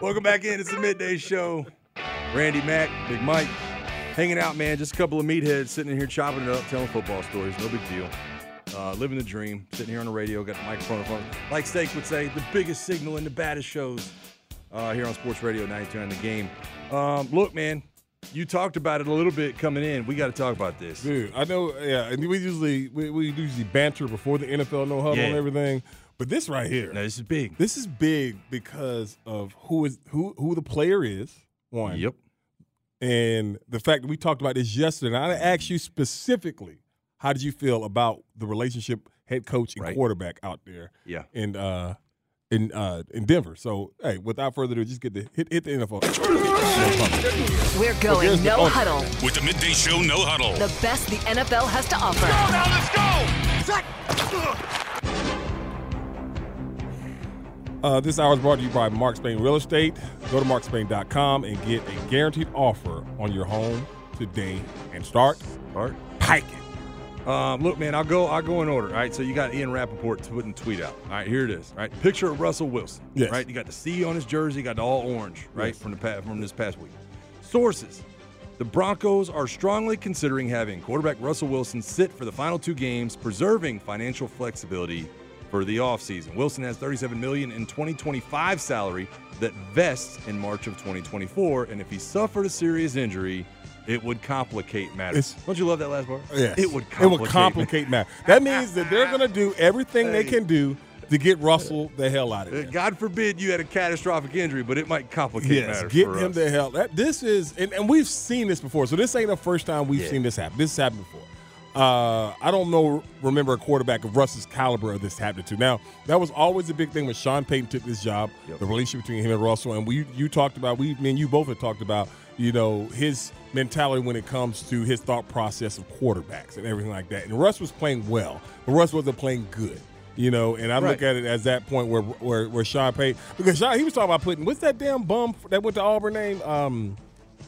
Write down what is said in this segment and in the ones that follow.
Welcome back in. It's the midday show. Randy Mack, Big Mike, hanging out, man. Just a couple of meatheads sitting in here chopping it up, telling football stories. No big deal. Uh, living the dream. Sitting here on the radio, got the microphone in front. Like Steak would say, the biggest signal in the baddest shows uh, here on Sports Radio 929 The Game. Um, look, man, you talked about it a little bit coming in. We got to talk about this. Dude, I know. Yeah, and we usually we, we usually banter before the NFL no huddle Yeah. and everything, but this right here, No, this is big. this is big because of who is who who the player is. One. Yep. And the fact that we talked about this yesterday, and I asked you specifically, how did you feel about the relationship head coach and Right. quarterback out there Yeah. in uh in uh in Denver? So hey, without further ado, just get the hit hit the NFL. We're here's going the- no oh. huddle. With the midday show, no huddle. The best the NFL has to offer. Uh, this hour is brought to you by Mark Spain Real Estate. Go to markspain.com and get a guaranteed offer on your home today and start All right. hiking. Um, look, man, I'll go. I'll go in order. All right. So you got Ian Rappaport putting tweet out. All right. Here it is. All right. Picture of Russell Wilson. Yes. Right. You got the C on his jersey. Got the all orange. Right. Yes. From the past, from this past week. Sources: The Broncos are strongly considering having quarterback Russell Wilson sit for the final two games, preserving financial flexibility for the offseason. Wilson has 37 million in 2025 salary that vests in March of 2024, and if he suffered a serious injury. It would complicate matters. It's- Don't you love that last part? Yes. It would It complicate. would complicate matters. That means that they're going to do everything they can do to get Russell the hell out of Uh, there. God forbid you had a catastrophic injury, but it might complicate Yes, matters. get for him us. the hell. That this is, and, and we've seen this before. So this ain't the first time we've Yeah. seen this happen. This has happened before. Uh, I don't know, remember a quarterback of Russ's caliber of this happened to. Now that was always the big thing when Sean Payton took this job, Yep. the relationship between him and Russell, and we you talked about we, me and you both had talked about you know his mentality when it comes to his thought process of quarterbacks and everything like that. And Russ was playing well, but Russ wasn't playing good. You know, and I look Right. at it as that point where where, where Sean Payton because Sean he was talking about putting what's that damn bum that went to Auburn name um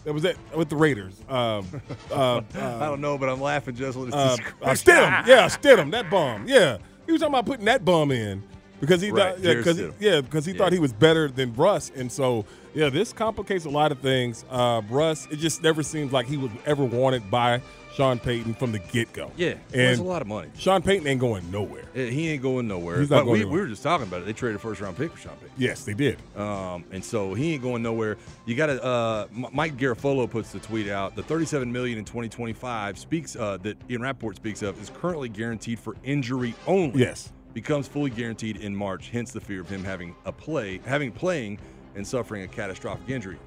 that was it with the Raiders um uh, uh, I don't know, but I'm laughing just when it's uh, uh, described. Stidham. Yeah, Stidham. That bomb. Yeah, he was talking about putting that bomb in because he Right, thought, yeah, Jared because he, Stidham. yeah, 'cause he Yeah. thought he was better than Russ, and so yeah, this complicates a lot of things. Uh, Russ, it just never seems like he was ever wanted by Sean Payton from the get go. Yeah, well, it's and a lot of money. Sean Payton ain't going nowhere. Uh, He ain't going nowhere. He's not but going we, nowhere. we were just talking about it. They traded a first round pick for Sean Payton. Yes, they did. Um, and so he ain't going nowhere. You got to. Uh, M- Mike Garafolo puts the tweet out. The 37 million in 2025 speaks uh, that Ian Rapport speaks of is currently guaranteed for injury only. Yes. becomes fully guaranteed in March. Hence the fear of him having a play, having playing, and suffering a catastrophic injury.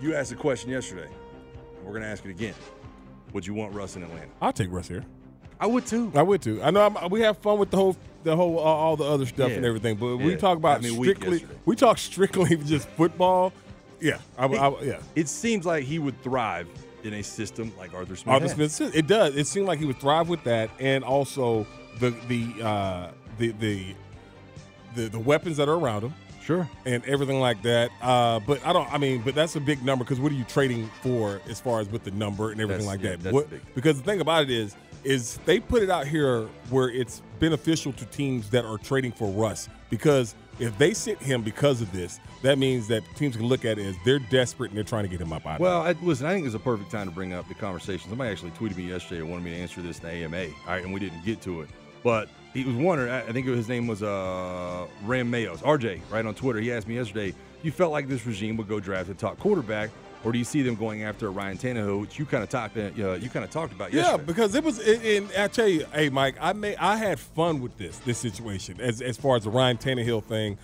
You asked a question yesterday. and We're gonna ask it again. Would you want Russ in Atlanta? I'll take Russ here. I would too. I would too. I know I'm, we have fun with the whole, the whole, uh, all the other stuff Yeah. and everything, but we Yeah. talk about I mean, week strictly. yesterday. We talk strictly just football. Yeah, I, would- I, would- yeah. It seems like he would thrive in a system like Arthur Smith. Arthur had. Smith. It does. It seemed like he would thrive with that, and also the the uh, the, the the the weapons that are around him Sure. and everything like that. Uh, but I don't. I mean, but that's a big number because what are you trading for as far as with the number and everything That's- like yeah, that? that's What- big. Because the thing about it is, is they put it out here where it's beneficial to teams that are trading for Russ because if they sit him because of this, that means that teams can look at it as they're desperate and they're trying to get him up out. of Well, I, listen, I think it's a perfect time to bring up the conversation. Somebody actually tweeted me yesterday and wanted me to answer this in the AMA, all right, and we didn't get to it. But he was wondering, I I think his name was uh, Ram Mayos, RJ, right on Twitter. He asked me yesterday, you felt like this regime would go draft a top quarterback, or do you see them going after a Ryan Tannehill, which you kind of talked, uh, you kind of talked about Yeah, yesterday? because it was. And and I tell you, hey, Mike, I may I had fun with this this situation as as far as the Ryan Tannehill thing.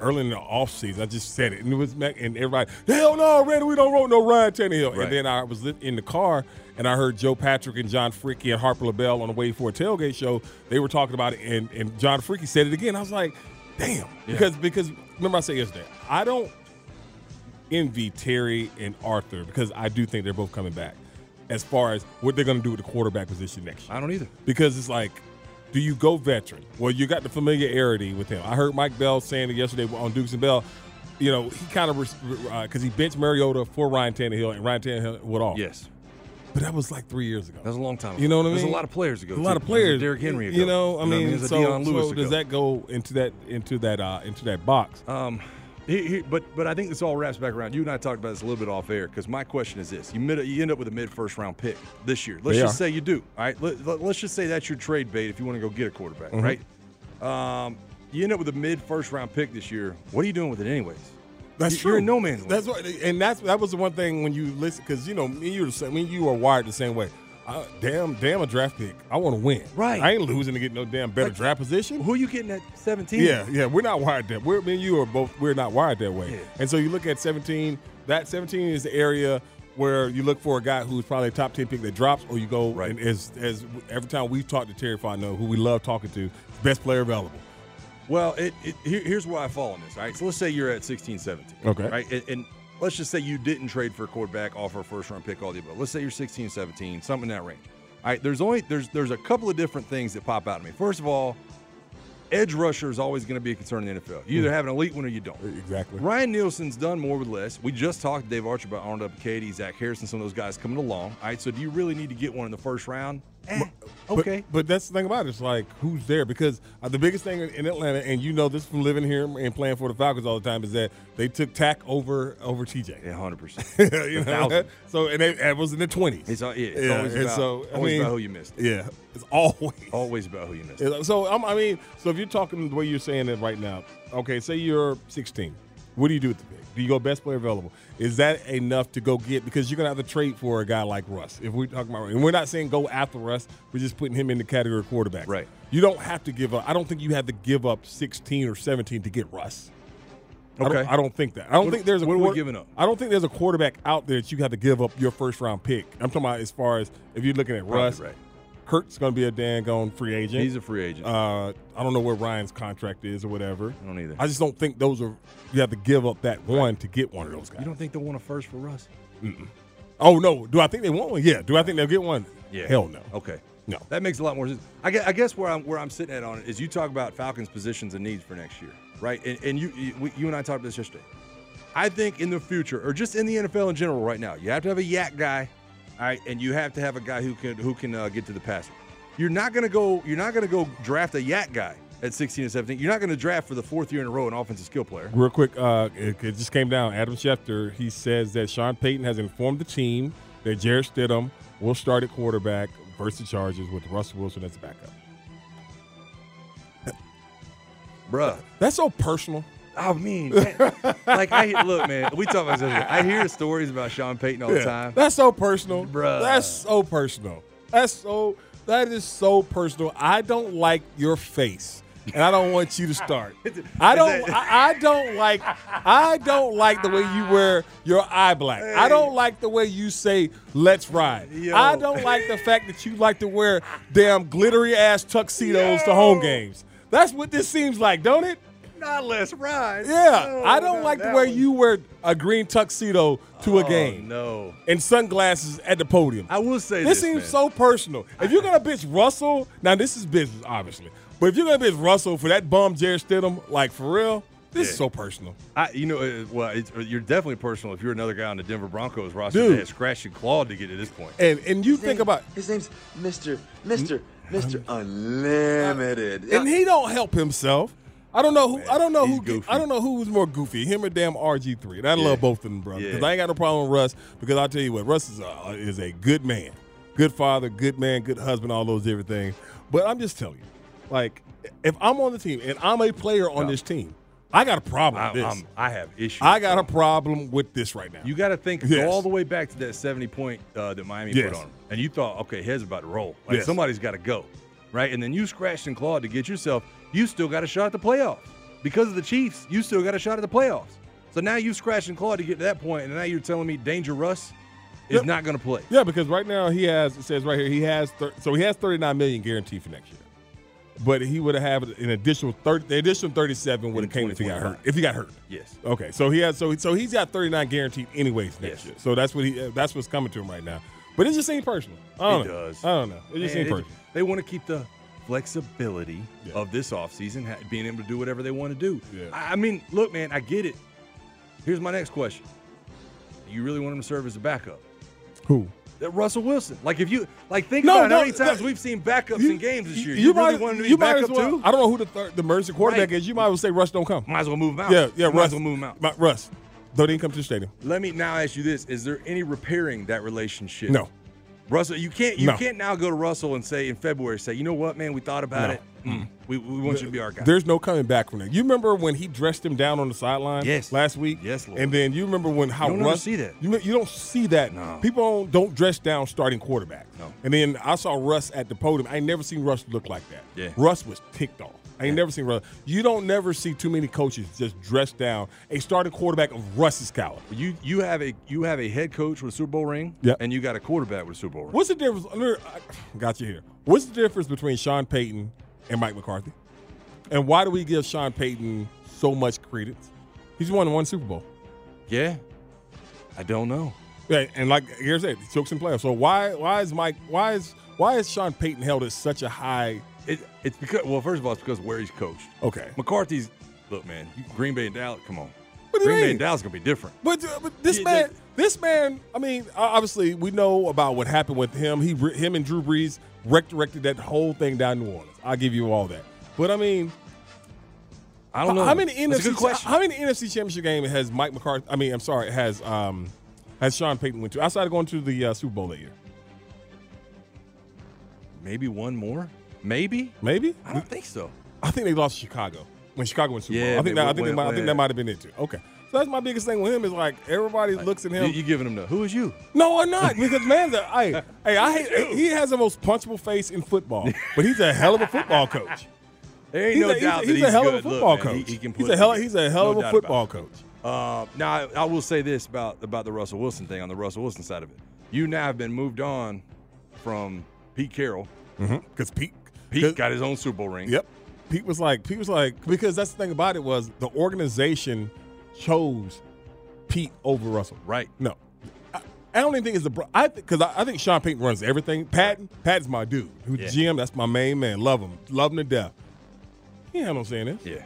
Early in the offseason, I just said it, and it was and everybody, hell no, Randy, we don't roll no Ryan Tannehill. Right. And then I was li- in the car, And I heard Joe Patrick and John Freaky and Harper LaBelle on the Wade Ford tailgate show. They were talking about it, and, and John Freaky said it again. I was like, damn. Because, because remember, I said yesterday, I don't envy Terry and Arthur because I do think they're both coming back as far as what they're going to do with the quarterback position next year I don't either. because it's like, do you go veteran? Well, you got the familiarity with him. I heard Mike Bell saying it yesterday on Dukes and Bell. You know, he kind of because uh, he benched Mariota for Ryan Tannehill, and Ryan Tannehill went off. Yes. but that was like three years ago. That was a long time ago. You know what I mean? There's a lot of players to go A lot to. of players. There's a Derrick Henry ago. You know, I You know what I mean, mean? There's a so, Deion Lewis so ago. does that go into that into that uh into that box? Um, he, he, but but I think this all wraps back around. You and I talked about this a little bit off air because my question is this: you mid, you end up with a mid first round pick this year. Let's They just are. say you do. All right, let, let, us just say that's your trade bait if you want to go get a quarterback, Mm-hmm. right? Um, you end up with a mid first round pick this year. What are you doing with it, anyways? That's You- true. You're in no man's land. That's what, and that's that was the one thing when you listen because you know me, you're the same. When you are wired the same way. I, damn, damn a draft pick. I want to win. Right. I ain't losing to get no damn better Like, draft position. Who are you getting at 17? Yeah, yeah, we're not wired that. We're, me and you are both. We're not wired that way. Yeah. And so you look at 17. That 17 is the area where you look for a guy who's probably a top 10 pick that drops, or you go Right. and as as every time we've talked to Terry Fontenot, who we love talking to, best player available. Well, it, it here, here's where I fall on this. All right, so let's say you're at 16, 17. Okay. Right, and, and let's just say you didn't trade for a quarterback, offer a first round pick, all the above. Let's say you're 16, 17, something in that range. All right, there's only there's there's a couple of different things that pop out at me. First of all, edge rusher is always going to be a concern in the NFL. You either Hmm. have an elite one or you don't. Exactly. Ryan Nielsen's done more with less. We just talked to Dave Archer about Arnold Up Katie, Zach Harrison, some of those guys coming along. All right, so do you really need to get one in the first round? Eh, But- okay. But, that's the thing about it. It's like who's there because uh, the biggest thing in Atlanta, and you know this from living here and playing for the Falcons all the time, is that they took Tack over over TJ. yeah, 100%. you A know? thousand. So and they, it was in the twenties. It's al- yeah, it's always and about- always about who you missed. Yeah, it's always. Always about who you miss. Yeah, So I'm, I mean, so if you're talking the way you're saying it right now, okay, say you're 16, what do you do with the pick? Do you go best player available? Is that enough to go get? Because you're gonna have to trade for a guy like Russ. If we're talking about, and we're not saying go after Russ, we're just putting him in the category of quarterback. Right. You don't have to give up. I don't think you have to give up 16 or 17 to get Russ. I don't, I don't think that. I don't What- think there's a what are we giving up? I don't think there's a quarterback out there that you have to give up your first round pick. I'm talking about as far as if you're looking at Probably Russ, right. Kurt's going to be a dang gone free agent. He's a free agent. Uh, I don't know where Ryan's contract is or whatever. I don't either. I just don't think those are. You have to give up that one to get one of those guys. You don't think they'll want a first for Russ? oh no, do I think they want one? Yeah. Do I think they'll get one? Hell no. Okay. No. That makes a lot more sense. I guess, I guess where I'm where I'm sitting at on it is you talk about Falcons' positions and needs for next year, right? And, and you you we- you and I talked about this yesterday. I think in the future, or just in the NFL in general, right now, you have to have a yak guy, all right, and you have to have a guy who can who can uh, get to the passer. You're not gonna go. You're not gonna go draft a yak guy at 16 and 17. You're not gonna draft for the fourth year in a row an offensive skill player. Real quick, uh, it, it just came down. Adam Schefter, he says that Sean Payton has informed the team that Jared Stidham will start at quarterback versus the Chargers with Russell Wilson as the backup. Bruh, That's so personal. I mean, that- like I look, man. We talk about this. earlier. I hear stories about Sean Payton all the time. That's so personal. Bruh. That's so personal. That's so that is so personal. I don't like your face. And I don't want you to start. I don't. I, I don't like. I don't like the way you wear your eye black. I don't like the way you say "Let's ride." Yo. I don't like the fact that you like to wear damn glittery ass tuxedos to home games. That's what this seems like, don't it? Not less ride. Yeah. I don't like the way you wear a green tuxedo to a game Oh, No. and sunglasses at the podium. I will say this. this seems man. so personal. If you're gonna bitch Russell, now this is business, obviously. But if you're gonna bitch Russell for that bum Jared Stidham, like for real, this Yeah. is so personal. I, you know, uh, well, it's, uh, you're definitely personal if you're another guy on the Denver Broncos roster Dude. that has scratched and clawed to get to this point. And and you think name- about, his name's Mr. Mr. Mr. Unlimited. and he don't help himself. I don't know who I don't know he's who goofy. I don't know who was more goofy, him or damn RG three. And I love both of them, brother, because Yeah. I ain't got no problem with Russ. Because I tell you what, Russ is a, is a good man, good father, good man, good husband, all those different things. But I'm just telling you, like if I'm on the team and I'm a player on this team, I got a problem I, with this. I'm, I have issues. I got a problem with this right now. You got to think Yes. go all the way back to that 70 point uh, that Miami Yes. put on him. And you thought, okay, head's about to roll. Like Yes. somebody's got to go, right? And then you scratched and clawed to get yourself. You still got a shot at the playoffs because of the Chiefs. You still got a shot at the playoffs. So now you scratched and clawed to get to that point, and now you're telling me, Danger Russ, is not going to play. Yeah, because right now he has it says right here he has thir- so he has 39 million guaranteed for next year, but he would have an additional 30. The additional 37 would In have came if he got 2025. hurt. If he got hurt. Yes. Okay, so he has so so he's got 39 guaranteed anyways next Yes. year. So that's what he uh, that's what's coming to him right now. But it just seems personal. I don't It know. does. I don't know. It just Man, seems they, personal. they want to keep the flexibility Yeah. of this offseason, ha- being able to do whatever they want to do. Yeah. I, I mean, look, man, I get it. Here's my next question: Do you really want him to serve as a backup? Who? That Russell Wilson. Like if you like think No, about no, how many times that- we've seen backups in games this year. You, really might- want him to be you might backup as well, too? I don't know who the third, the emergency quarterback Right. is. You might as well say Russ don't come. Might as well move him out. Yeah, yeah, Might Russ as well move him out. My, Russ, don't even come to the stadium. Let me now ask you this: Is there any repairing that relationship? No. Russell, you can't you No. can't now go to Russell and say in February say, you know what, man, we thought about No. it. Mm, we, we want you to be our guy. There's no coming back from that. You remember when he dressed him down on the sideline Yes. last week? Yes, Lord. And then you remember when how You don't ever Russ see that. You, you don't see that. No. People don't, don't dress down starting quarterbacks. No. And then I saw Russ at the podium. I ain't never seen Russ look like that. Yeah. Russ was ticked off. I ain't never seen Russ. You don't never see too many coaches just dress down a starting quarterback of Russ's caliber. You you have a you have a head coach with a Super Bowl ring, Yep. and you got a quarterback with a Super Bowl ring. What's the difference? I got you here. What's the difference between Sean Payton and Mike McCarthy? And why do we give Sean Payton so much credence? He's won one Super Bowl. Yeah, I don't know. Yeah, and like here's it, he took some playoffs. So why why is Mike why is why is Sean Payton held at such a high It, it's because well, first of all, it's because where he's coached. okay? McCarthy's look, man. You, Green Bay and Dallas, come on. But it Green Bay ain't. and Dallas gonna be different. But, uh, but this Yeah, man, that- this man, I mean, o- obviously we know about what happened with him. He, re- him and Drew Brees resurrected that whole thing down in New Orleans. I'll give you all that. But I mean, I don't know. How many Oh, That's a NFC? good question. How many NFC championship game has Mike McCarthy? I mean, I'm sorry, has um, has Sean Payton went to outside of going to the uh, Super Bowl that year? Maybe one more. Maybe. Maybe. I don't think so. I think they lost to Chicago when Chicago went to Super Yeah, Bowl. I think they that, I think, they went- might, I think that went- might have been it too. Okay. So that's my biggest thing with him is like everybody looks at You, him. you giving him the who is you? no, I'm not because man's a hey, hey, I hate, he has the most punchable face in football, but he's a hell of a football coach. There ain't He's no a, doubt he's, that he's a hell good. of a Look, football man, coach. he- he can he's put a hell it he's together. a hell No of a doubt about football it. coach. Uh, now, I, I will say this about about the Russell Wilson thing on the Russell Wilson side of it. You now have been moved on from Pete Carroll. Because Pete Pete, Mm-hmm. 'cause- got his own Super Bowl ring. Yep. Pete was like, Pete was like, because that's the thing about it was the organization chose Pete over Russell. Right. No, I, I don't even think it's the. bro- I because I, I think Sean Payton runs everything. Patton, Patton's my dude. Who's Yeah. GM? That's my main man. Love him, love him to death. Yeah, I'm saying this. Yeah.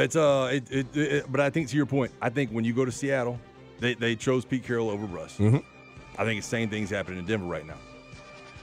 It's uh, it, it, it- but I think to your point, I think when you go to Seattle, they, they chose Pete Carroll over Russ. Mhm. I think the same thing's happening in Denver right now.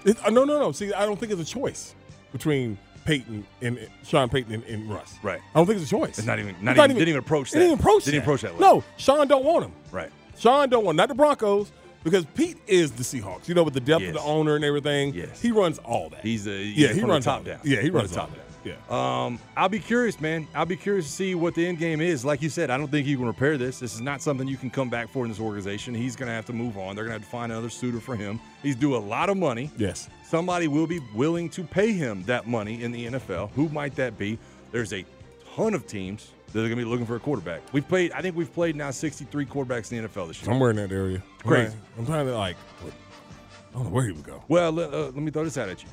It, uh, no, no, no. See, I don't think it's a choice between Peyton and and- Sean Peyton and, and Russ. Right. I don't think it's a choice. It's not even- not It's even- didn't even approach that. Didn't even approach. Didn't that. approach that way. No, Sean don't want him. Right. Sean don't want not the Broncos because Pete is the Seahawks. You know, with the depth of Yes. the owner and everything. Yes. he runs all that. He's the yeah, he from runs the top all that. down. Yeah, he From runs the top all down. that. Yeah. Um, I'll be curious, man. I'll be curious to see what the end game is. Like you said, I don't think you can repair this. This is not something you can come back for in this organization. He's going to have to move on. They're going to have to find another suitor for him. He's due a lot of money. Yes. Somebody will be willing to pay him that money in the NFL. Who might that be? There's a ton of teams that are going to be looking for a quarterback. We've played, I think we've played now 63 quarterbacks in the NFL this year. Somewhere in that area. I'm Crazy. trying- I'm trying to like, I don't know where he would go. Well, le- uh, let me throw this out at you.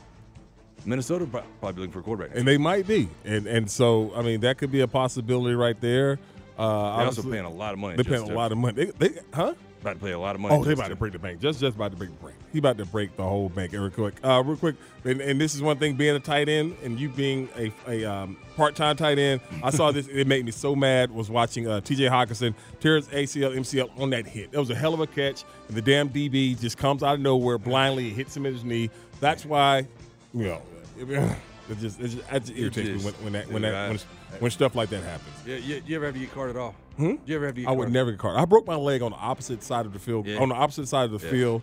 Minnesota pro- probably looking for a quarterback. And they might be, and and so I mean that could be a possibility right there. Uh, They're also obviously, paying a lot of money. They paying a lot of money. They, they, huh? About to pay a lot of money. Oh, they just about to to- break the bank. Just just about to break the bank. He about to break the whole bank. Real quick, uh, real quick, and, and this is one thing: being a tight end and you being a, a um, part-time tight end. I saw this; it made me so mad. Was watching uh, T.J. Hawkinson tear his ACL, MCL on that hit. That was a hell of a catch, and the damn DB just comes out of nowhere blindly, hits him in his knee. That's why, you know, it just it just, it just irritates just- me when, when that when Yeah, that when, when stuff like that happens. Yeah, you, you ever have to get carded off? Hmm? You ever have to get I would carded? never get carded. I broke my leg on the opposite side of the field, Yeah. on the opposite side of the Yeah. field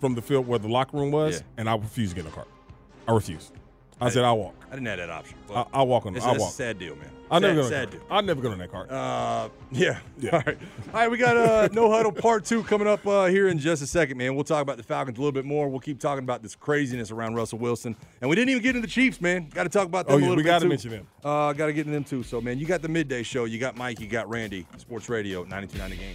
from the field where the locker room was, Yeah. and I refused to get in a card. I refused. I, said I'll walk. I didn't have that option. I, but I'll walk on. it's, I'll that's a walk. sad deal, man. I'll never sad, go on sad that deal. card. I'll never go on that card. Uh, yeah. Yeah. All right. All right. We got uh, no huddle part two coming up uh, here in just a second, man. We'll talk about the Falcons a little bit more. We'll keep talking about this craziness around Russell Wilson, and we didn't even get into the Chiefs, man. Got to talk about them Oh, a yeah, little we bit gotta too. mention them. Uh, got to get into them too. So, man, you got the midday show. You got Mike. You got Randy. Sports Radio 92.9 The Game.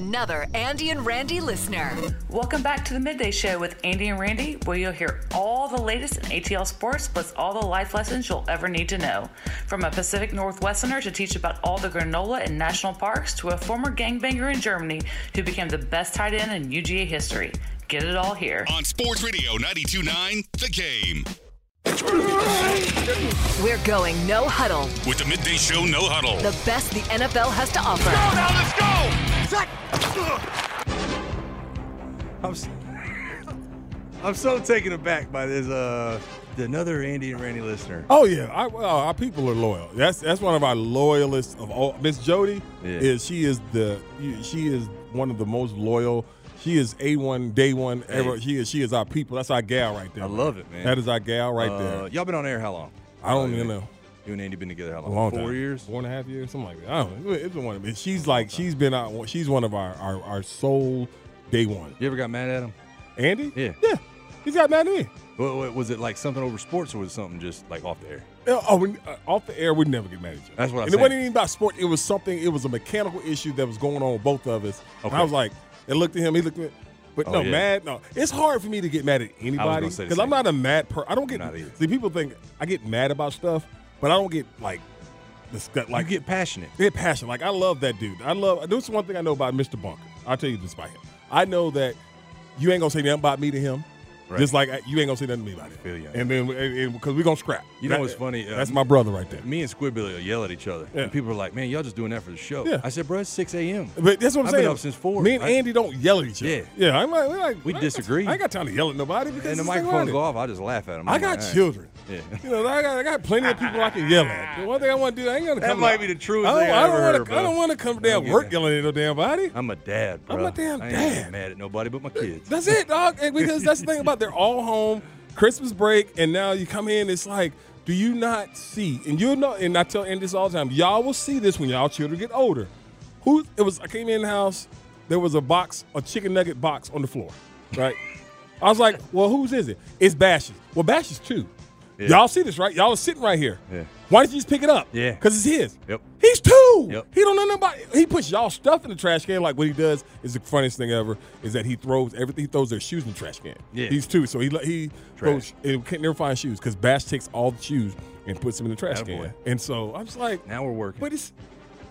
another Andy and Randy listener. Welcome back to the Midday Show with Andy and Randy, where you'll hear all the latest in ATL sports, plus all the life lessons you'll ever need to know. From a Pacific Northwesterner to teach about all the granola in national parks, to a former gangbanger in Germany who became the best tight end in UGA history. Get it all here. On Sports Radio 92.9, The Game. We're going no huddle. With the Midday Show No Huddle. The best the NFL has to offer. I'm s- I'm so taken aback by this. Uh, another Andy and Randy listener. Oh yeah, I, well, our people are loyal. That's that's one of our loyalists of all. Miss Jody Yeah. is she is the she is one of the most loyal. She is a one day one ever. She is she is our people. That's our gal right there. I love it, man. That is our gal right Uh, there. y'all been on air how long? I don't Uh, even know. You and Andy been together how A long? long Four time. years. four and a half years, something like that. I don't know. It's been one of them. She's like she's been out. She's one of our our, our soul day one. You ever got mad at him? Andy, Yeah. yeah, he's got mad at me. Wa- wa- was it like something over sports, or was it something just like off the air? Yeah, Oh, we- uh, off the air, we'd never get mad at each other. That's what I'm and saying. it wasn't even about sport. It was something. It was a mechanical issue that was going on with both of us. And Okay. I was like, it looked at him. He looked at me. But Oh, no, yeah. mad. No, it's hard for me to get mad at anybody gonna say the because same. I'm not a mad person. I don't get. Not either. See, people think I get mad about stuff, but I don't get like, disgust, like you get passionate. they passion. Like I love that dude. I love. There's one thing I know about Mr. Bunker. I'll tell you this about him. I know that you ain't gonna say nothing about me to him. Right. Just like I- you ain't gonna say nothing to me about feel you. him. And then because we gonna scrap. You know That- what's funny? Uh, That's my brother right there. Me and Squidbilly will yell at each other. Yeah. And people are like, "Man, y'all just doing that for the show." Yeah. I said, "Bro, it's 6 a.m." But that's what I'm I've been saying. up since four, Me and right? Andy don't yell at each other. Yeah. yeah. I'm like, we're like We I ain't got- disagree. I ain't got time to yell at nobody because And the this thing microphone about go it. off. I just laugh at him. I I'm got like, "All right." children. Yeah. You know, I got, I got plenty of people I can yell at. The one thing I want to do, I ain't gonna That come. might out- be the truest I don't, thing I I don't ever wanna- heard, bro. I don't want to come don't down get work that. yelling at no damn body. I'm a dad, bro. I'm a damn I ain't gonna get dad. mad at nobody but my kids. That's it, dog. And because that's the thing about they're all home, Christmas break, and now you come in, it's like, do you not see? And you know, and I tell Andy this all the time, y'all will see this when y'all children get older. Who it was I came in the house, there was a box, a chicken nugget box on the floor. Right? I was like, well, whose is it? It's Bash's. Well, Bash's too. Y'all see this, right? Y'all are sitting right here. Yeah. Why didn't you just pick it up? Yeah. Because it's his. Yep. He's two. Yep. He don't know nobody. He puts y'all stuff in the trash can. Like what he does is the funniest thing ever. Is that he throws everything. He throws their shoes in the trash can. Yeah. He's two, so he let- he Trash. throws. And can't never find shoes because Bash takes all the shoes and puts them in the trash Attaboy. can. And so I'm just like, Now we're working. But it's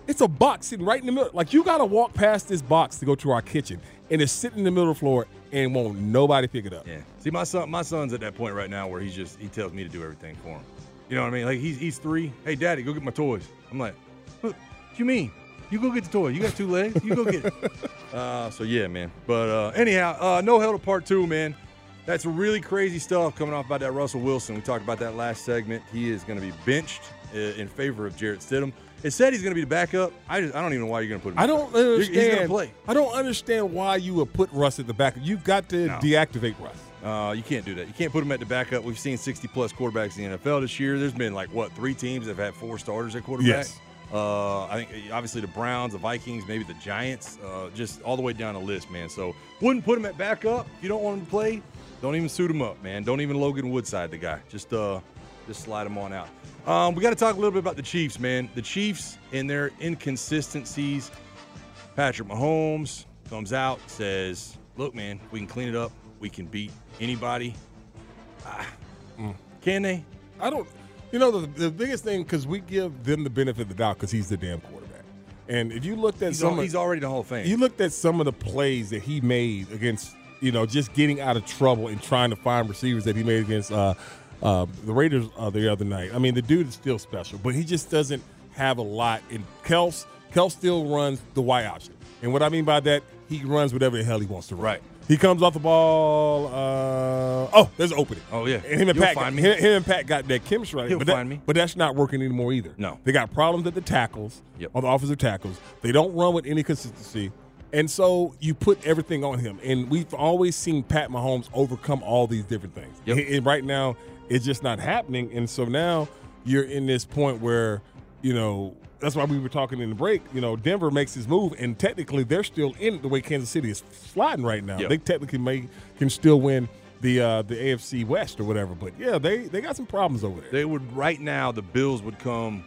it's a box sitting right in the middle. Like you got to walk past this box to go to our kitchen, and it's sitting in the middle floor, and won't nobody pick it up. Yeah. See, my son, my son's at that point right now where he's just he tells me to do everything for him. You know what I mean? Like he's he's three. Hey, daddy, go get my toys. I'm like, what? what you mean? You go get the toy. You got two legs. You go get it. uh, so yeah, man. But uh, anyhow, uh, no hell to part two, man. That's really crazy stuff coming off about that Russell Wilson. We talked about that last segment. He is going to be benched uh, in favor of Jarrett Stidham. It said he's going to be the backup. I just I don't even know why you're going to put him. I in the don't backup. You're- understand. He's going to play. I don't understand why you would put Russ at the back. You've got to No. deactivate Russ. Uh, you can't do that. You can't put him at the backup. We've seen 60 plus quarterbacks in the NFL this year. There's been like what three teams that have had four starters at quarterback. Yes. Uh, I think uh, obviously the Browns, the Vikings, maybe the Giants, uh, just all the way down the list, man. So wouldn't put him at backup. If you don't want him to play, don't even suit him up, man. Don't even Logan Woodside the guy. Just uh, just slide him on out. Um, we got to talk a little bit about the Chiefs, man. The Chiefs and their inconsistencies. Patrick Mahomes comes out says, "Look, man, we can clean it up. We can beat anybody. Ah, Can they? I don't. You know the, the biggest thing because we give them the benefit of the doubt because he's the damn quarterback. And if you looked at He's, some, al- of- he's already in the Hall of Fame. you looked at some of the plays that he made against, you know, just getting out of trouble and trying to find receivers that he made against uh, uh, the Raiders uh, the other night. I mean, the dude is still special, but he just doesn't have a lot. And Kels, Kels still runs the Y option, and what I mean by that, he runs whatever the hell he wants to run. Right. He comes off the ball. Uh, oh, there's an opening. Oh, yeah. And him and You'll Pat. find me. Got, him, him and Pat got that chemistry right. He'll but that- find me. But that's not working anymore either. No. They got problems at the tackles, Yep. on the offensive tackles. They don't run with any consistency. And so you put everything on him. And we've always seen Pat Mahomes overcome all these different things. Yep. And- and right now, it's just not happening. And so now you're in this point where, you know, that's why we were talking in the break. You know, Denver makes his move, and technically they're still in it the way Kansas City is sliding right now. Yeah. They technically may can still win the uh, the AFC West or whatever. But yeah, they they got some problems over there. They would right now. The Bills would come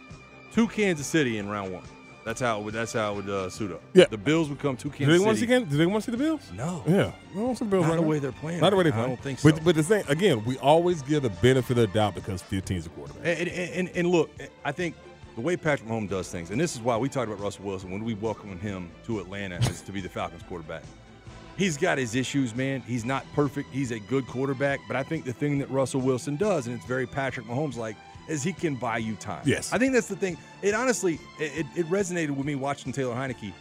to Kansas City in round one. That's how it would. That's how it would uh, suit up. Yeah. The Bills would come to Kansas do they City. want to see Kansas? Do they want to see the Bills? No. Yeah, they want some Bills Not right the now. way they're playing Not the way right they're now. I playing. don't think so. But, but the thing again, we always give the benefit of the doubt because 15 is a quarterback. And, and, and, and look, I think the way Patrick Mahomes does things, and this is why we talked about Russell Wilson when we welcomed him to Atlanta as to be the Falcons quarterback. He's got his issues, man. He's not perfect. He's a good quarterback, but I think the thing that Russell Wilson does, and it's very Patrick Mahomes like, is he can buy you time. Yes. I think that's the thing. It honestly, it, it resonated with me watching Taylor Heineke.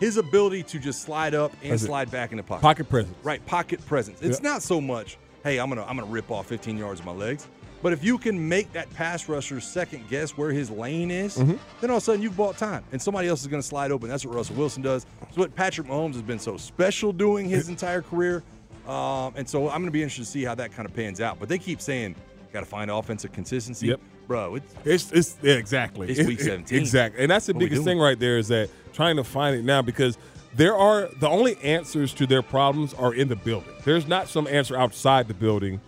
His ability to just slide up and That's it. slide back in the pocket. Pocket presence. Right, pocket presence. It's Yeah. not so much, hey, I'm gonna I'm gonna rip off 15 yards of my legs. But if you can make that pass rusher second guess where his lane is, Mm-hmm. then all of a sudden you've bought time and somebody else is gonna slide open. That's what Russell Wilson does. It's what Patrick Mahomes has been so special doing his entire career. Um, and so I'm gonna be interested to see how that kind of pans out. But they keep saying, gotta find offensive consistency. Yep. Bro, it's It's it's yeah, exactly. It's It- week it- 17. exactly, and that's the What we biggest doing? thing right there is that trying to find it now because there are the only answers to their problems are in the building. There's not some answer outside the building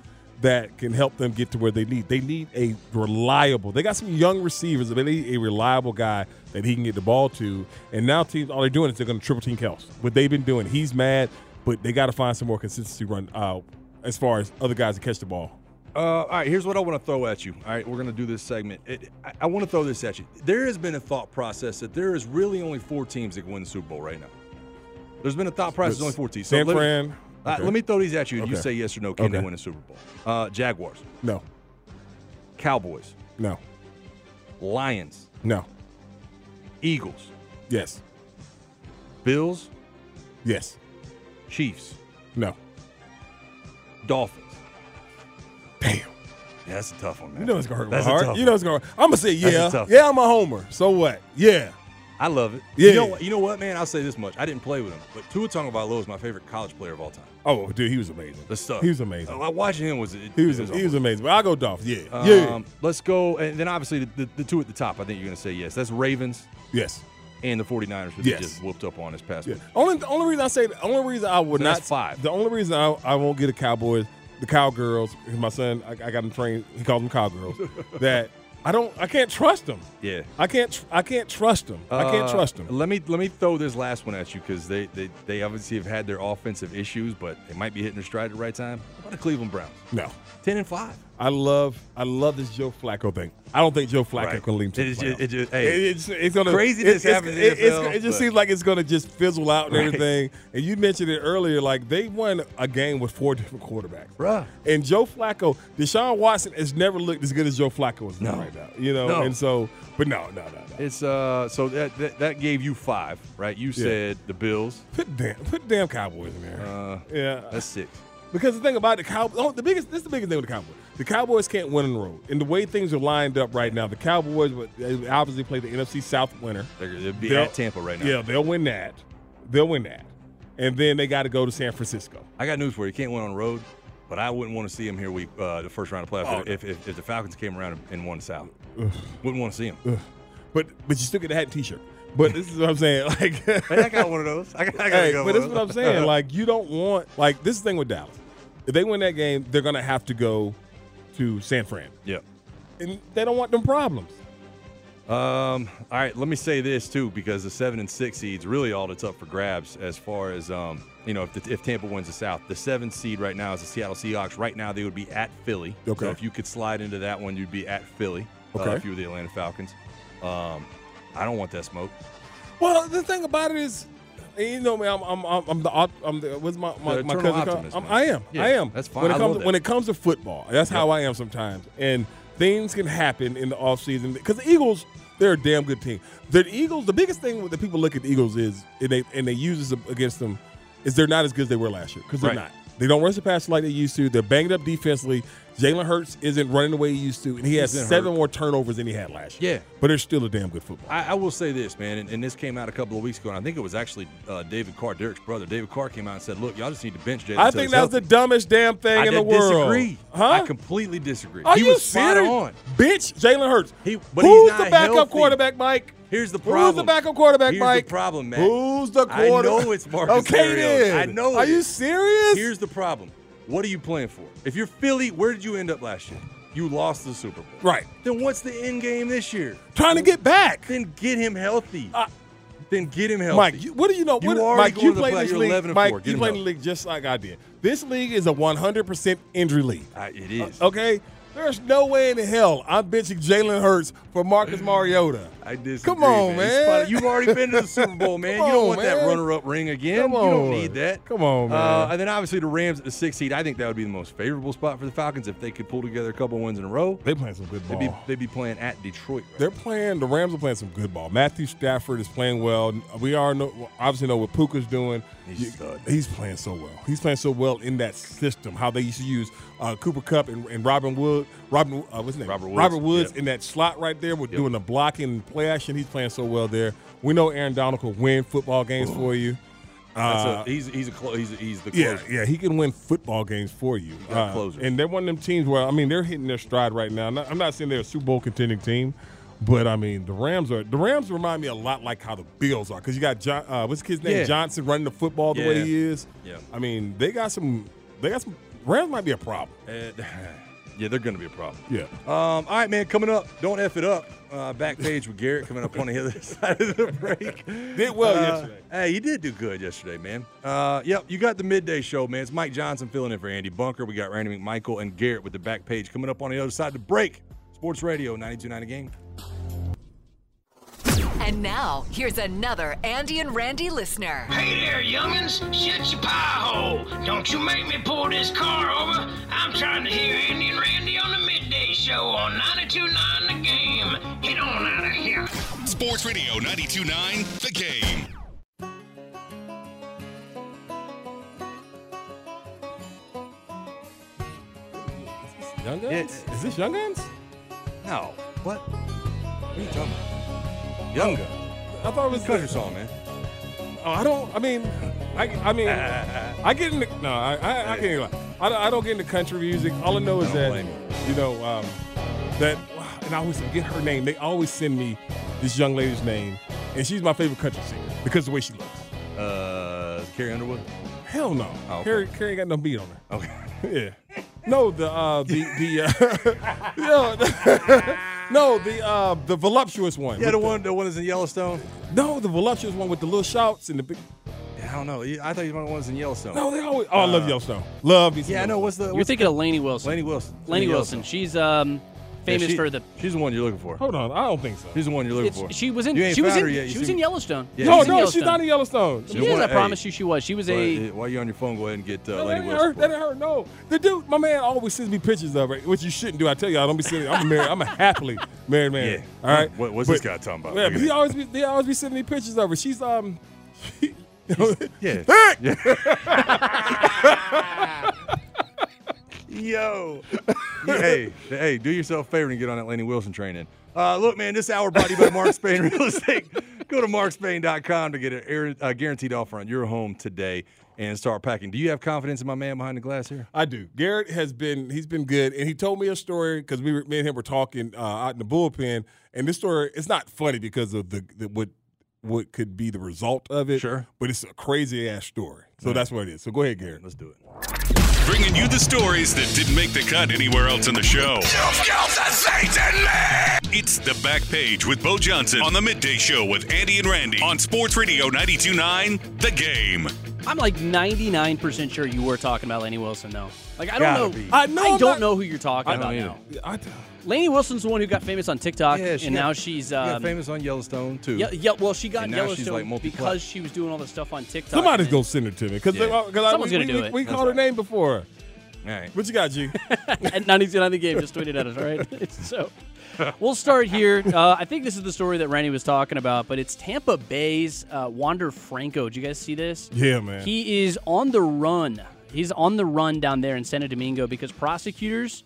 that can help them get to where they need. They need a reliable. They got some young receivers, but they need a reliable guy that he can get the ball to. And now teams all they're doing is they're going to triple team Kels. What they've been doing, he's mad, but they got to find some more consistency run uh, as far as other guys to catch the ball. Uh, all right, here's what I want to throw at you. All right, we're going to do this segment. It, I, I want to throw this at you. There has been a thought process that there is really only four teams that can win the Super Bowl right now. There's been a thought process only four teams. San let me- Fran. all right, Okay. let me throw these at you, and you Okay. say yes or no. Can they Okay. win a Super Bowl? Uh, Jaguars, No, Cowboys, no, Lions, no. Eagles, Yes. Bills, Yes. Chiefs, No. Dolphins. Damn. Yeah, that's a tough one, man. You know it's gonna hurt That's my a heart. tough You know one. it's gonna. Hurt. I'm gonna say That's a yeah. tough Yeah, I'm a homer. So what? Yeah. I love it. Yeah. You know, what- you know what, man? I'll say this much. I didn't play with him, but Tua Tagovailoa is my favorite college player of all time. Oh, dude, he was amazing. The stuff. He was amazing. Uh, watching him was it, He was, it was he was amazing. But I go Dolphins. Yeah. Um, yeah. Let's go. And then obviously the, the, the two at the top, I think you're going to say yes. That's Ravens Yes. and the 49ers, which Yes. they just whooped up on this past Yeah. week. Only the only reason I say the only reason I would So not that's five. The only reason I, I won't get a Cowboys, the Cowgirls. 'cause My son, I, I got him trained. He calls them Cowgirls. that I don't. I can't trust them. Yeah. I can't. tr- I can't trust them. I can't Uh, trust them. Let me let me throw this last one at you because they, they, they obviously have had their offensive issues, but they might be hitting their stride at the right time. What about the Cleveland Browns? No. 10 and 5. I love I love this Joe Flacco thing. I don't think Joe Flacco Right. can lead to It the is ju- playoffs. it ju- hey, It- it's, it's gonna craziness it- it's- happens in it- it's- NFL, it just but- seems like it's gonna just fizzle out and Right. everything. And you mentioned it earlier, like they won a game with four different quarterbacks, Bruh. And Joe Flacco, Deshaun Watson has never looked as good as Joe Flacco is No. right now, you know. No. And so, but no, no, no, no. It's uh so that, that that gave you 5, right? You said the Bills. Put damn, put damn Cowboys in there. Uh, yeah, that's 6. Because the thing about the Cowboys, oh, the biggest, this is the biggest thing with the Cowboys. The Cowboys can't win on the road, and the way things are lined up right now, the Cowboys would they obviously play the NFC South winner. They're, they'll be They'll- at Tampa right now. Yeah, they'll win that. They'll win that, and then they got to go to San Francisco. I got news for you. Can't win on the road, but I wouldn't want to see him here week uh, the first round of playoff Oh, if, if, if the Falcons came around and, and won the South. Wouldn't want to see him. But but you still get the hat and T-shirt. But this is what I'm saying, like. Hey, I got one of those. I got, I got Hey, to go. but this is what I'm saying. Like, you don't want like this is the thing with Dallas. If they win that game, they're gonna have to go to San Fran, yeah. and they don't want them problems. Um. All right. Let me say this too, because the seven and six seeds really all that's up for grabs as far as um you know if the, if Tampa wins the South, the seven seed right now is the Seattle Seahawks. Right now they would be at Philly. Okay. So if you could slide into that one, you'd be at Philly. uh, Okay. if you were the Atlanta Falcons, um, I don't want that smoke. Well, the thing about it is, and you know me. I'm I'm I'm, I'm the op- I'm the what's my my, The my eternal cousin called? optimist, I'm, man. I am. Yeah, I am. that's fine. When it I comes love to, that. when it comes to football, that's how I am sometimes. And things can happen in the offseason because the Eagles. They're a damn good team. The Eagles. The biggest thing that people look at the Eagles is, and they and they use this against them, is they're not as good as they were last year because they're Right. not. They don't rush the pass like they used to. They're banged up defensively. Jalen Hurts isn't running the way he used to, and he has He's been seven hurt. more turnovers than he had last year. Yeah. but they're still a damn good football. I, I will say this, man, and, and this came out a couple of weeks ago, and I think it was actually uh, David Carr, Derek's brother. David Carr came out and said, "Look, y'all just need to bench Jalen." I, until think he's that was the healthy." dumbest damn thing I in the did world. disagree. Huh? I completely disagree. Are he you was spot serious? on. Bitch, Jalen Hurts. He- but Who's he's the not backup healthy. quarterback, Mike? Here's the problem. Who's the backup quarterback, Here's Mike? the problem, man. Who's the I quarterback? know it's Marcus Okay, Arians. then. I know Are it you is. serious? Here's the problem. What are you playing for? If you're Philly, where did you end up last year? You lost the Super Bowl. Right. Then what's the end game this year? trying to get back. Then get him healthy. I- then get him healthy. Uh, Mike, you, what do you know? You what, already Mike, going you to the play play- this you're league. 11 and Mike, four. Get you him play the healthy. league just like I did. This league is a 100% injury league. I- it is. Okay? There's no way in hell I'm bitching Jalen Hurts for Marcus Mariota. I disagree. Come on, It's man. fine. You've already been to the Super Bowl, man. Come you don't on, want that man. runner-up ring again. Come You on. don't need that. Come on, Uh, man. and then obviously the Rams at the sixth seed. I think that would be the most favorable spot for the Falcons if they could pull together a couple wins in a row. They playing some good ball. They'd be, they'd be playing at Detroit. right? They're playing. The Rams are playing some good ball. Matthew Stafford is playing well. We are know, obviously know what Puka's doing. He's You- stud. he's playing so well. He's playing so well in that system. How they used to use uh, Cooper Cup and, and Robin Wood. Robin, uh, what's his name? Robert Woods. Yep. in that slot right there. We're doing the blocking and play action. He's playing so well there. We know Aaron Donald can win football games for you. That's a, he's he's a clo- he's, he's the Yeah, closer. yeah, he can win football games for you. Uh, got closers. And they're one of them teams where I mean they're hitting their stride right now. Not- I'm not saying they're a Super Bowl contending team, but I mean the Rams are. The Rams remind me a lot like how the Bills are because you got John, uh, what's the kid's name Yeah. Johnson running the football the way Yeah. he is. Yeah. I mean they got some. They got some. Rams might be a problem. Uh, yeah, they're going to be a problem. Yeah. Um, all right, man. Coming up, don't f it up. Uh, back page with Garrett coming up on the other side of the break. Did well Uh, yesterday. Hey, you did do good yesterday, man. Uh, yep, you got the midday show, man. It's Mike Johnson filling in for Andy Bunker. We got Randy McMichael and Garrett with the back page coming up on the other side of the break. Sports Radio 92.9 a game. And now, here's another Andy and Randy listener. Hey there, youngins! Shut your pie hole! Don't you make me pull this car over! I'm trying to hear Andy and Randy on the midday show on 92.9 The Game. Get on out of here! Sports Radio 929 The Game. Young Guns? Yeah. Is this Young Guns? No, what? What are you talking about? Oh. Young Gun. I thought it was. Country song, man. Oh, I don't. I mean, I, I mean, I get into no. I I, I can't. lie. I, don't- I don't get into country music. All I know is I don't that blame you know um, that, and I always forget her name. They always send me this young lady's name, and she's my favorite country singer because of the way she looks. Uh, Carrie Underwood. Hell no, Oh, okay. Carrie Carrie ain't got no beat on her. Okay. Yeah. No, the uh, the the uh, no, the- no the uh, the voluptuous one. Yeah, with the one, the one that's in Yellowstone. No, the voluptuous one with the little shouts and the big. I don't know. I thought you were the ones in Yellowstone. No, they always. Oh, I Uh. love Yellowstone. Love. me some yeah, I know. Yellowstone. What's the? You're What's thinking of Laney Wilson. Laney Wilson. Laney Wilson. She's um, famous for the. Oh, She's the one you're looking for. Hold on, I don't think so. She's the one you're looking It's, for. she was in. You ain't She was found in. her yet. You She was see in me? Yellowstone. Yeah, She No, was in no, she's not in Yellowstone. Yellowstone. She The is. one- I hey. promise you, she was. She was But, a. uh, while you're on your phone, go ahead and get uh, No, that Laney didn't hurt. Wilson. That didn't hurt. No, the dude, my man, always sends me pictures of her, which you shouldn't do. I tell you, I don't be sending. I'm married. I'm a happily married man. Yeah. All right. What- what's But- this guy talking about? Yeah, Look but at he that. always be, they always be sending me pictures of her. She's um. Yeah. Yo. hey, hey, do yourself a favor and get on that Laney Wilson train in. Uh, look, man, this hour brought to you by Mark Spain Real Estate. Go to markspain.com to get a air- a guaranteed offer on your home today and start packing. Do you have confidence in my man behind the glass here? I do. Garrett has been he's been good, and he told me a story because we were, me and him were talking uh, out in the bullpen, and this story it's not funny because of the, the what what could be the result of it. Sure. but it's a crazy ass story, so that's what it is. So go ahead, Garrett. Let's do it. Bringing you the stories that didn't make the cut anywhere else in the show. It's the back page with Bo Johnson on the midday show with Andy and Randy on Sports Radio 929 The Game. I'm like 99% sure you were talking about Laney Wilson, though. Like I don't Gotta know. be. I know I I'm don't not- know who you're talking I about don't either. now. I, Laney Wilson's the one who got famous on TikTok, she and got- now she's she um, got famous on Yellowstone too. Yeah, yeah, well, she got And now she's, Yellowstone like, multiplat- because she was doing all the stuff on TikTok. somebody's and then- gonna send it to me because Yeah. I, Someone's we, gonna do we- it. we That's called her right. name before. All right. Oh, What you got, G? at 92.9 The Game just tweeted at us, all right? so we'll start here. Uh, I think this is the story that Randy was talking about, but it's Tampa Bay's uh, Wander Franco. Did you guys see this? Yeah, man. He is on the run. He's on the run down there in Santo Domingo because prosecutors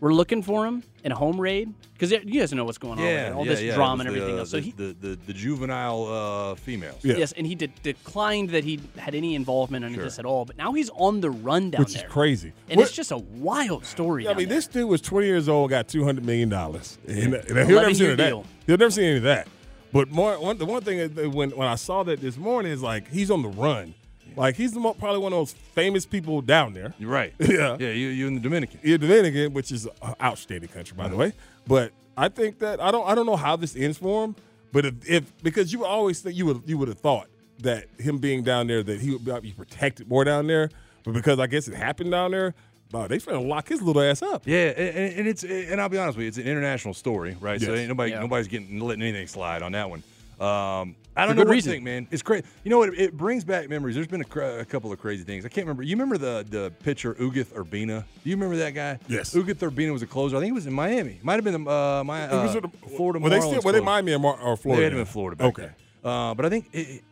were looking for him in a home raid. Because you guys know what's going on with it, all this drama It and was the, everything uh, else. So the, he, the, the, the juvenile uh, females. Yeah. Yes, and he de- declined that he had any involvement in Sure. this at all. But now he's on the run down Which there, is crazy. and What- it's just a wild story. I down mean, there. this dude was 20 years old, got 200 million dollars, and, and he'll 11 never see any year of that. deal. He'll never see any of that. But more, one, the one thing is that when when I saw that this morning is like he's on the run, like he's the mo- probably one of those famous people down there. You're right. Yeah. Yeah, you, you in the Dominican. in Dominican, which is an outstanding country, by the way. But I think that I don't I don't know how this ends for him. But if, if because you always think you would you would have thought that him being down there that he would be protected more down there, but because I guess it happened down there, uh, they finna lock his little ass up. Yeah, and, and it's and I'll be honest with you, it's an international story, right? So Yes. ain't nobody Yeah. nobody's getting letting anything slide on that one. Um, I don't good know what reason. to think, man. It's great. You know what? It brings back memories. There's been a, cr- a couple of crazy things. I can't remember. You remember the the pitcher Ugith Urbina? Do you remember that guy? Yes. Ugith Urbina was a closer. I think it was in Miami. Might have been the uh, my It was uh, with the- Florida. Were they Marlins still were they closer. Miami or, Mar- or Florida? They had him in Florida. Back okay. then. Uh, but I think it, it-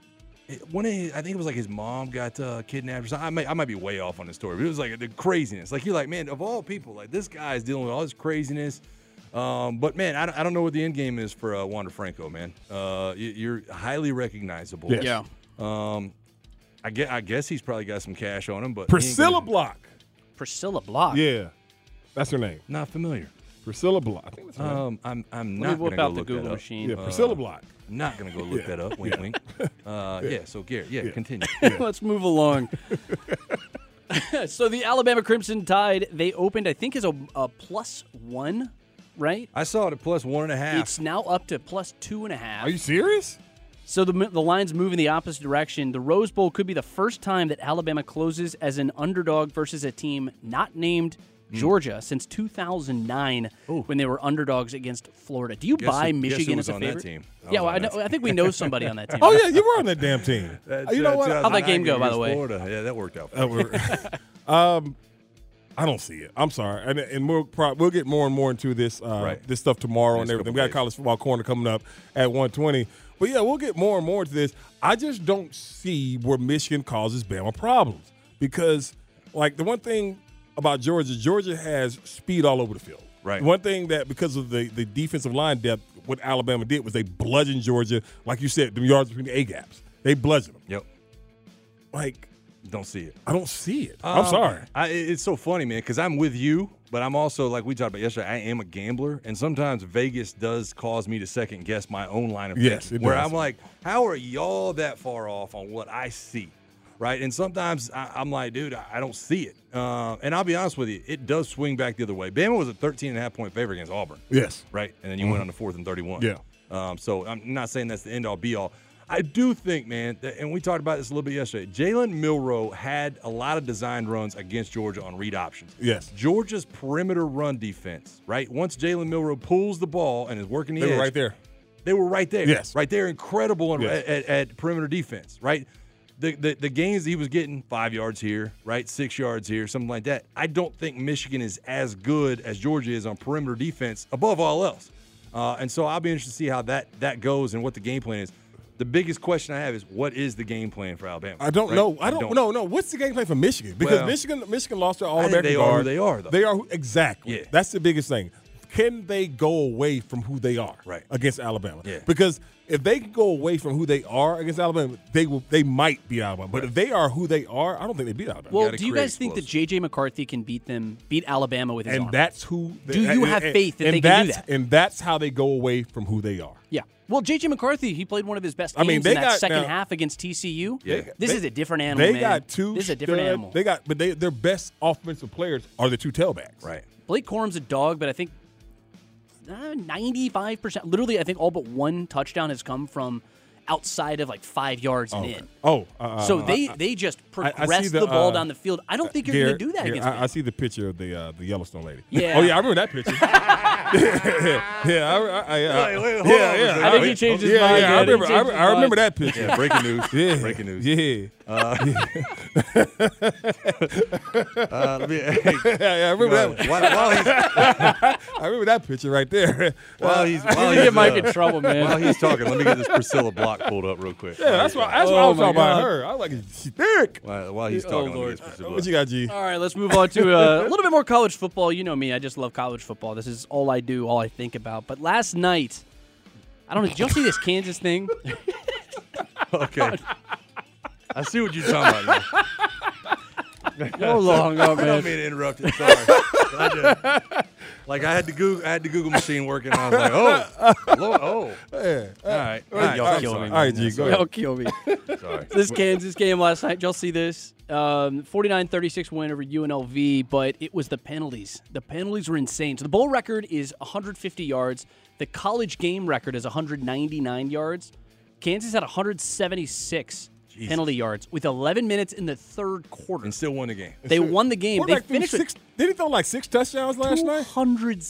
it, one of his, I think it was like his mom got uh, kidnapped or something. I, may, I might be way off on the story, but it was like the craziness. Like you're like, man, of all people, like this guy is dealing with all this craziness. Um, but man, I don't, I don't know what the end game is for uh, Wander Franco, man. Uh, you, you're highly recognizable. Yes. yeah. Um, I guess, I guess he's probably got some cash on him, but he ain't Priscilla gonna- Block. Priscilla Block. Yeah. That's her name. not familiar. Priscilla Block. I think that's her name. Um, I'm I'm Let me not gonna whip go out the look that Google up. machine. yeah, Priscilla Block. Not gonna go look that up. Wink, wink. Uh, yeah. So Garrett, yeah, continue. Let's move along. so the Alabama Crimson Tide, they opened, I think, as a, a plus one, right? I saw it at plus one and a half. It's now up to plus two and a half. Are you serious? So the the lines move in the opposite direction. The Rose Bowl could be the first time that Alabama closes as an underdog versus a team not named Georgia since 2009 when they were underdogs against Florida. Do you Guess buy who- guess who Michigan was as a on that favorite? team? I Yeah, was well, I, on that know, I think we know somebody on that team. Oh yeah, you were on that damn team. That- you know that what? How'd that game go, by the way? Florida. Yeah, that worked out. for Uh, us. we're- um, I don't see it. I'm sorry, and, and we'll pro- we'll get more and more into this uh, Right. this stuff tomorrow Next and everything. We couple got days. college football corner coming up at 1:20. but yeah, we'll get more and more into this. I just don't see where Michigan causes Bama problems because, like, the one thing about Georgia, Georgia has speed all over the field. Right. One thing that because of the the defensive line depth, what Alabama did was they bludgeoned Georgia, like you said, the yards between the A gaps. They bludgeoned them. Yep. Like Don't see it. I don't see it. I'm sorry. Um, I, it- it's so funny, man, because I'm with you, but I'm also like we talked about yesterday. I am a gambler, and sometimes Vegas does cause me to second guess my own line of Yes, thinking. it where does. I'm like, how are y'all that far off on what I see, right? And sometimes I, I'm like, dude, I, I don't see it. Uh, and I'll be honest with you, it does swing back the other way. Bama was a 13 and a half point favorite against Auburn. Yes. right? And then you went on to fourth and 31. Mm-hmm. Yeah. Um, so I'm not saying that's the end all be all. I do think, man, that, and we talked about this a little bit yesterday. Jalen Milrow had a lot of designed runs against Georgia on read options. Yes. Georgia's perimeter run defense, right? Once Jalen Milrow pulls the ball and is working the They edge, were right there. They were right there. Yes. Right there, incredible in- Yes. at, at, at perimeter defense, right? The, the, the gains that he was getting, five yards here, right? Six yards here, something like that. I don't think Michigan is as good as Georgia is on perimeter defense above all else. Uh, and so I'll be interested to see how that, that goes and what the game plan is. The biggest question I have is what is the game plan for Alabama? I don't right? know. I don't, know. No, what's the game plan for Michigan? Because Well, Michigan, Michigan lost their All think American they are who guard. they are, though. They are who, exactly. Yeah. That's the biggest thing. Can they go away from who they are Right. against Alabama? Yeah. Because if they can go away from who they are against Alabama, they will. They might beat Alabama. But if they are who they are, I don't think they beat Alabama. well, gotta do you create guys think that JJ McCarthy can beat them, beat Alabama with his and arm? that's who. They, Do you and- have and- faith that and they can do that's- that? And that's how they go away from who they are. yeah. Well, JJ McCarthy, he played one of his best I games mean, in they that got- second now- half against TCU. Yeah. This They- is a different animal. They man. got two. This is a different stud- animal. They got, but they their best offensive players are the two tailbacks. Right. Blake Corum's a dog, but I think uh, ninety-five percent, literally, I think all but one touchdown has come from outside of like five yards and in. Oh, uh, so uh, they I- they just I- I see progress the, the, ball uh, down the field. I don't think you're Here- going to do that here, against I, I me. see the picture of the uh, the Yellowstone lady. Yeah. Oh yeah, I remember that picture. yeah, I, I, I, I, Wait, wait, hold yeah, on a yeah. Oh, second. I think Wait, he changed his yeah, mind. yeah, I man. He remember. I, changed his I remember mind. that picture. Yeah, breaking news. Yeah. Breaking news. Yeah. Uh, let me- hey, Yeah, yeah, I remember uh, that. one. while, while he's, I remember that picture right there. Uh, while he's, while You he's, get Mike uh, in trouble, while man. he's talking, let me get this Priscilla Block pulled up real quick. Yeah, that's why. That's why I Oh, was my talking about God. her. I was like, she thick. While, while he's Oh, talking, let me Lord. get this Priscilla What Block. you got, G? All right, let's move on to uh, a little bit more college football. You know me; I just love college football. This is all I do, all I think about. But last night, I don't know. Did y'all see this Kansas thing? Okay. I see what you're talking about. Now. No long, oh, I man. don't mean to interrupt it. Sorry. But I did. Like I had the Google, I had the Google machine working. And I was like, oh, Lord, oh. Yeah. All right, all right, right, y'all all right, kill me. all right, G, go Y'all ahead. kill me. Sorry. this Kansas game last night. Did y'all see this? Um, 49-36 win over UNLV, but it was the penalties. The penalties were insane. So the bowl record is 150 yards. The college game record is 199 yards. Kansas had 176 penalty yards with 11 minutes in the third quarter. And still won the game. They won the game. They Quarterback threw finished with six. Did he throw like six touchdowns last night?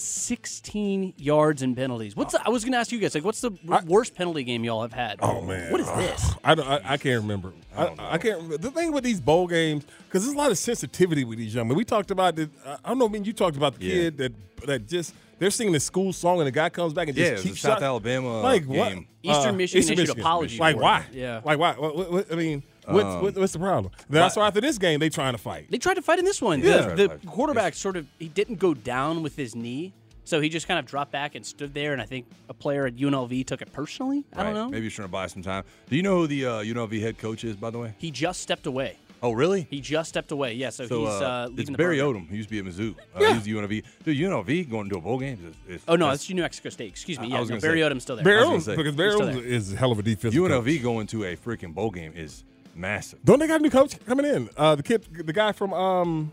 216 yards in penalties. What's Ah. the, I was going to ask you guys like what's the worst penalty game y'all have had? Oh man, What is this? I don't, I, I can't remember. I, I, can't. remember. The thing with these bowl games, because there's a lot of sensitivity with these young men. We talked about the. I I don't know. I mean, you talked about the Yeah. kid that that just they're singing the school song and the guy comes back and Yeah, it just was cheap the South shots. Alabama Like what? Uh, game. Eastern Michigan issued apology Like for why? it. Yeah. Like why? What, what, what- I mean, what's Um, what, what's the problem? That's why after this game they trying to fight. They tried to fight in this one. Yeah. The, the quarterback sort of he didn't go down with his knee, so he just kind of dropped back and stood there. And I think a player at UNLV took it personally. I don't Right. know. Maybe you're trying to buy some time. Do you know who the uh, UNLV head coach is, by the way? He just stepped away. Oh, really? He just stepped away. Yeah, so, So he's uh, uh, leaving it's the Barry program. Odom. He used to be at Mizzou. Uh, He was UNLV. Dude, UNLV going to a bowl game is, is Oh no, that's- that's New Mexico State. Excuse me. I Yeah, was no, gonna say- Barry Odom's still there. Barry gonna Odom's- say, because Barry he's still Odom's is a hell of a defense. UNLV going to a freaking bowl game is massive. Don't they got a new coach coming in? Uh, the kid, the guy from um,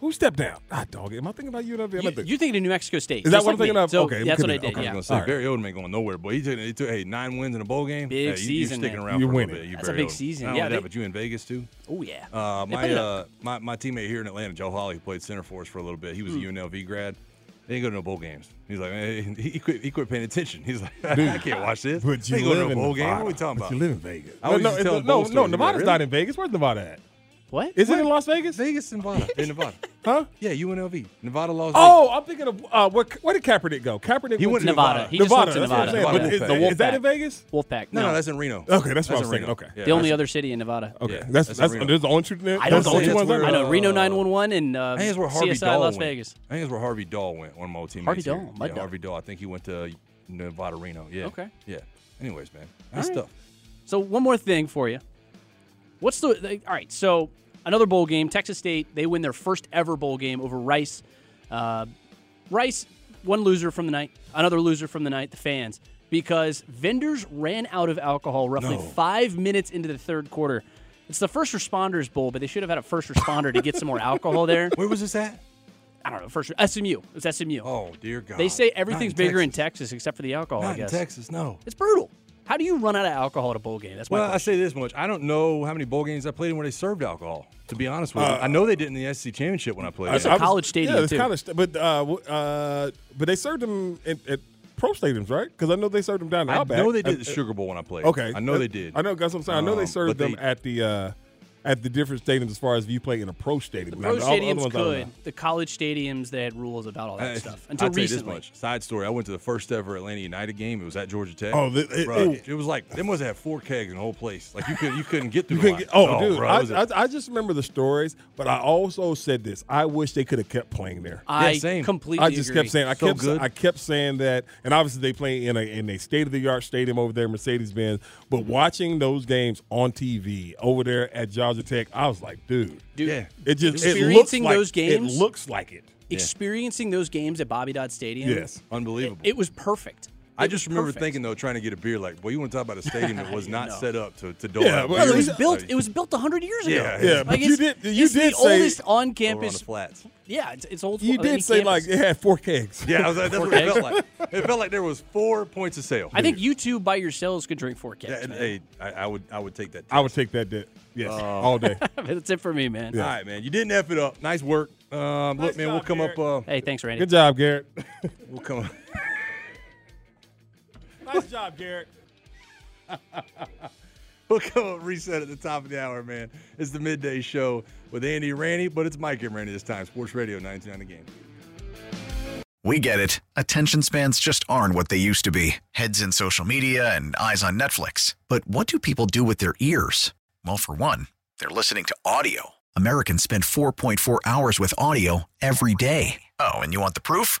who stepped down? Ah, dog. Am I thinking about UNLV? Am I You, thinking- you're thinking of New Mexico State. Is that just what like I'm thinking me. of? So, Okay, we that's could what I be- did. okay, yeah. I was gonna say All right. Barry Odom ain't going nowhere, boy. He took, he took hey nine wins in a bowl game. Big hey, you, season, You're sticking man. around You're for a little winning. bit. You That's a Barry big Odom. season. Not only Yeah, they- that, but you in Vegas too. Oh yeah. Uh, They my, put it uh, up. my my teammate here in Atlanta, Joe Holly, who played center for us for a little bit. He Hmm. was a UNLV grad. They didn't go to no bowl games. He's like, hey, he, he quit. He quit paying attention. He's like, I can't watch this. But you they ain't live going to in no bowl game. What Nevada. are we talking about? But you live in Vegas. I was no, just it's- telling no, both no, stories. Nevada's Really? not in Vegas. Where's Nevada at? what? Is it in Las Vegas? Vegas and Nevada. in Nevada, Huh? Yeah, UNLV, Nevada, Las Vegas. Oh, I'm thinking of uh, where, where did Kaepernick go? Kaepernick He went went to to Nevada. Nevada. He just Nevada. went to that's what I'm Nevada. saying. But Yeah. is, The is that Wolfpack. in Vegas? Wolfpack. no, no, that's in Reno. Okay, that's what I was in thinking. Reno. Okay. Yeah, the only that's- other city in Nevada. Okay, Yeah, that's that's in that's, Reno. there's the only truth. I don't That's the know. only that's ones where, I I know. know Reno uh, 911 and uh, I think that's where Harvey CSI Dahl Las went. Vegas. I think that's where Harvey Dahl went. One of my teammates. Harvey here. Dahl, my yeah, dog. Harvey Dahl. I think he went to Nevada, Reno. Yeah. Okay. Yeah. Anyways, man, that's right. stuff. So one more thing for you. What's the, the- all right? So another bowl game. Texas State they win their first ever bowl game over Rice. Uh, Rice one loser from the night, another loser from the night. The fans because vendors ran out of alcohol roughly five minutes into the third quarter. It's the first responders bowl, but they should have had a first responder to get some more alcohol there. Where was this at? I don't know. First SMU. It's SMU. Oh dear God. they say Not in everything's bigger in Texas except for the alcohol. Not Oh, I guess in Texas. No. it's brutal. How do you run out of alcohol at a bowl game? That's my Well, I question. say this much. I don't know how many bowl games I played in where they served alcohol. To be honest with you, I know they did in the SEC championship when I played. That's a it. I was- college stadium, Yeah, it's too. Uh, college. sta- But uh, w- uh, but they served them at, at pro stadiums, right? Because I know they served them down. I Outback. know they At- did the Sugar Bowl when I played. Uh, Okay, Uh, I know they did. I know. That's what I'm saying. I know they Um, but served they- them at the uh, at the different stadiums as far as if you play in a pro stadium. Pro Now, all the other stadiums ones I don't could. know. Uh, The college stadiums they had rules about all that I- stuff until I'll tell you recently. this much. Side story: I went to the first ever Atlanta United game. It was at Georgia Tech. Oh, the- it- Bruh, ooh. it, was like they must have had four kegs in the whole place. Like you could you couldn't get through. You the couldn't line. get- oh, dude, bruh, it was a- I, I, I just remember the stories, but I also said this. I wish they could have kept playing there. I Yeah, same. completely. I just agree. kept saying I So kept good. I kept saying that, and obviously they play in a in a state of the art stadium over there, Mercedes Benz. But watching those games on TV over there at Georgia Tech, I was like, dude, Dude, Yeah. it just it looks Experiencing like those games- It looks like it. experiencing those games at Bobby Dodd Stadium. Yes. unbelievable. It was perfect. I just remember perfect. thinking though, trying to get a beer, like, boy, you want to talk about a stadium that was not No. set up to to dole Yeah, out well, beers. at It was least- built. Like, It was built hundred years ago. Yeah, Yeah, but Like, you it's- did- you it's did the say- oldest over on the on-campus. flats. Yeah, it's, it's old. You on any did say like campus. it had four kegs. Yeah, I was like, that's what it felt like. It felt like there was four points of sale. I think you two by yourselves could drink four Yeah, kegs. and, man. hey, I, I would I would take that. I would take that debt. Yes, all day. That's it for me, man. All right, man. You didn't f it up. Nice work. Um, look, man, we'll come up. Uh, Hey, thanks, Randy. Good job, Garrett. we'll come. nice job, Garrett. We'll come up reset at the top of the hour, man. It's the midday show with Andy and Randy, but it's Mike and Randy this time. Sports Radio 99 the game. We get it. Attention spans just aren't what they used to be heads in social media and eyes on Netflix. But what do people do with their ears? Well, for one, they're listening to audio. Americans spend 4.4 hours with audio every day. Oh, and you want the proof?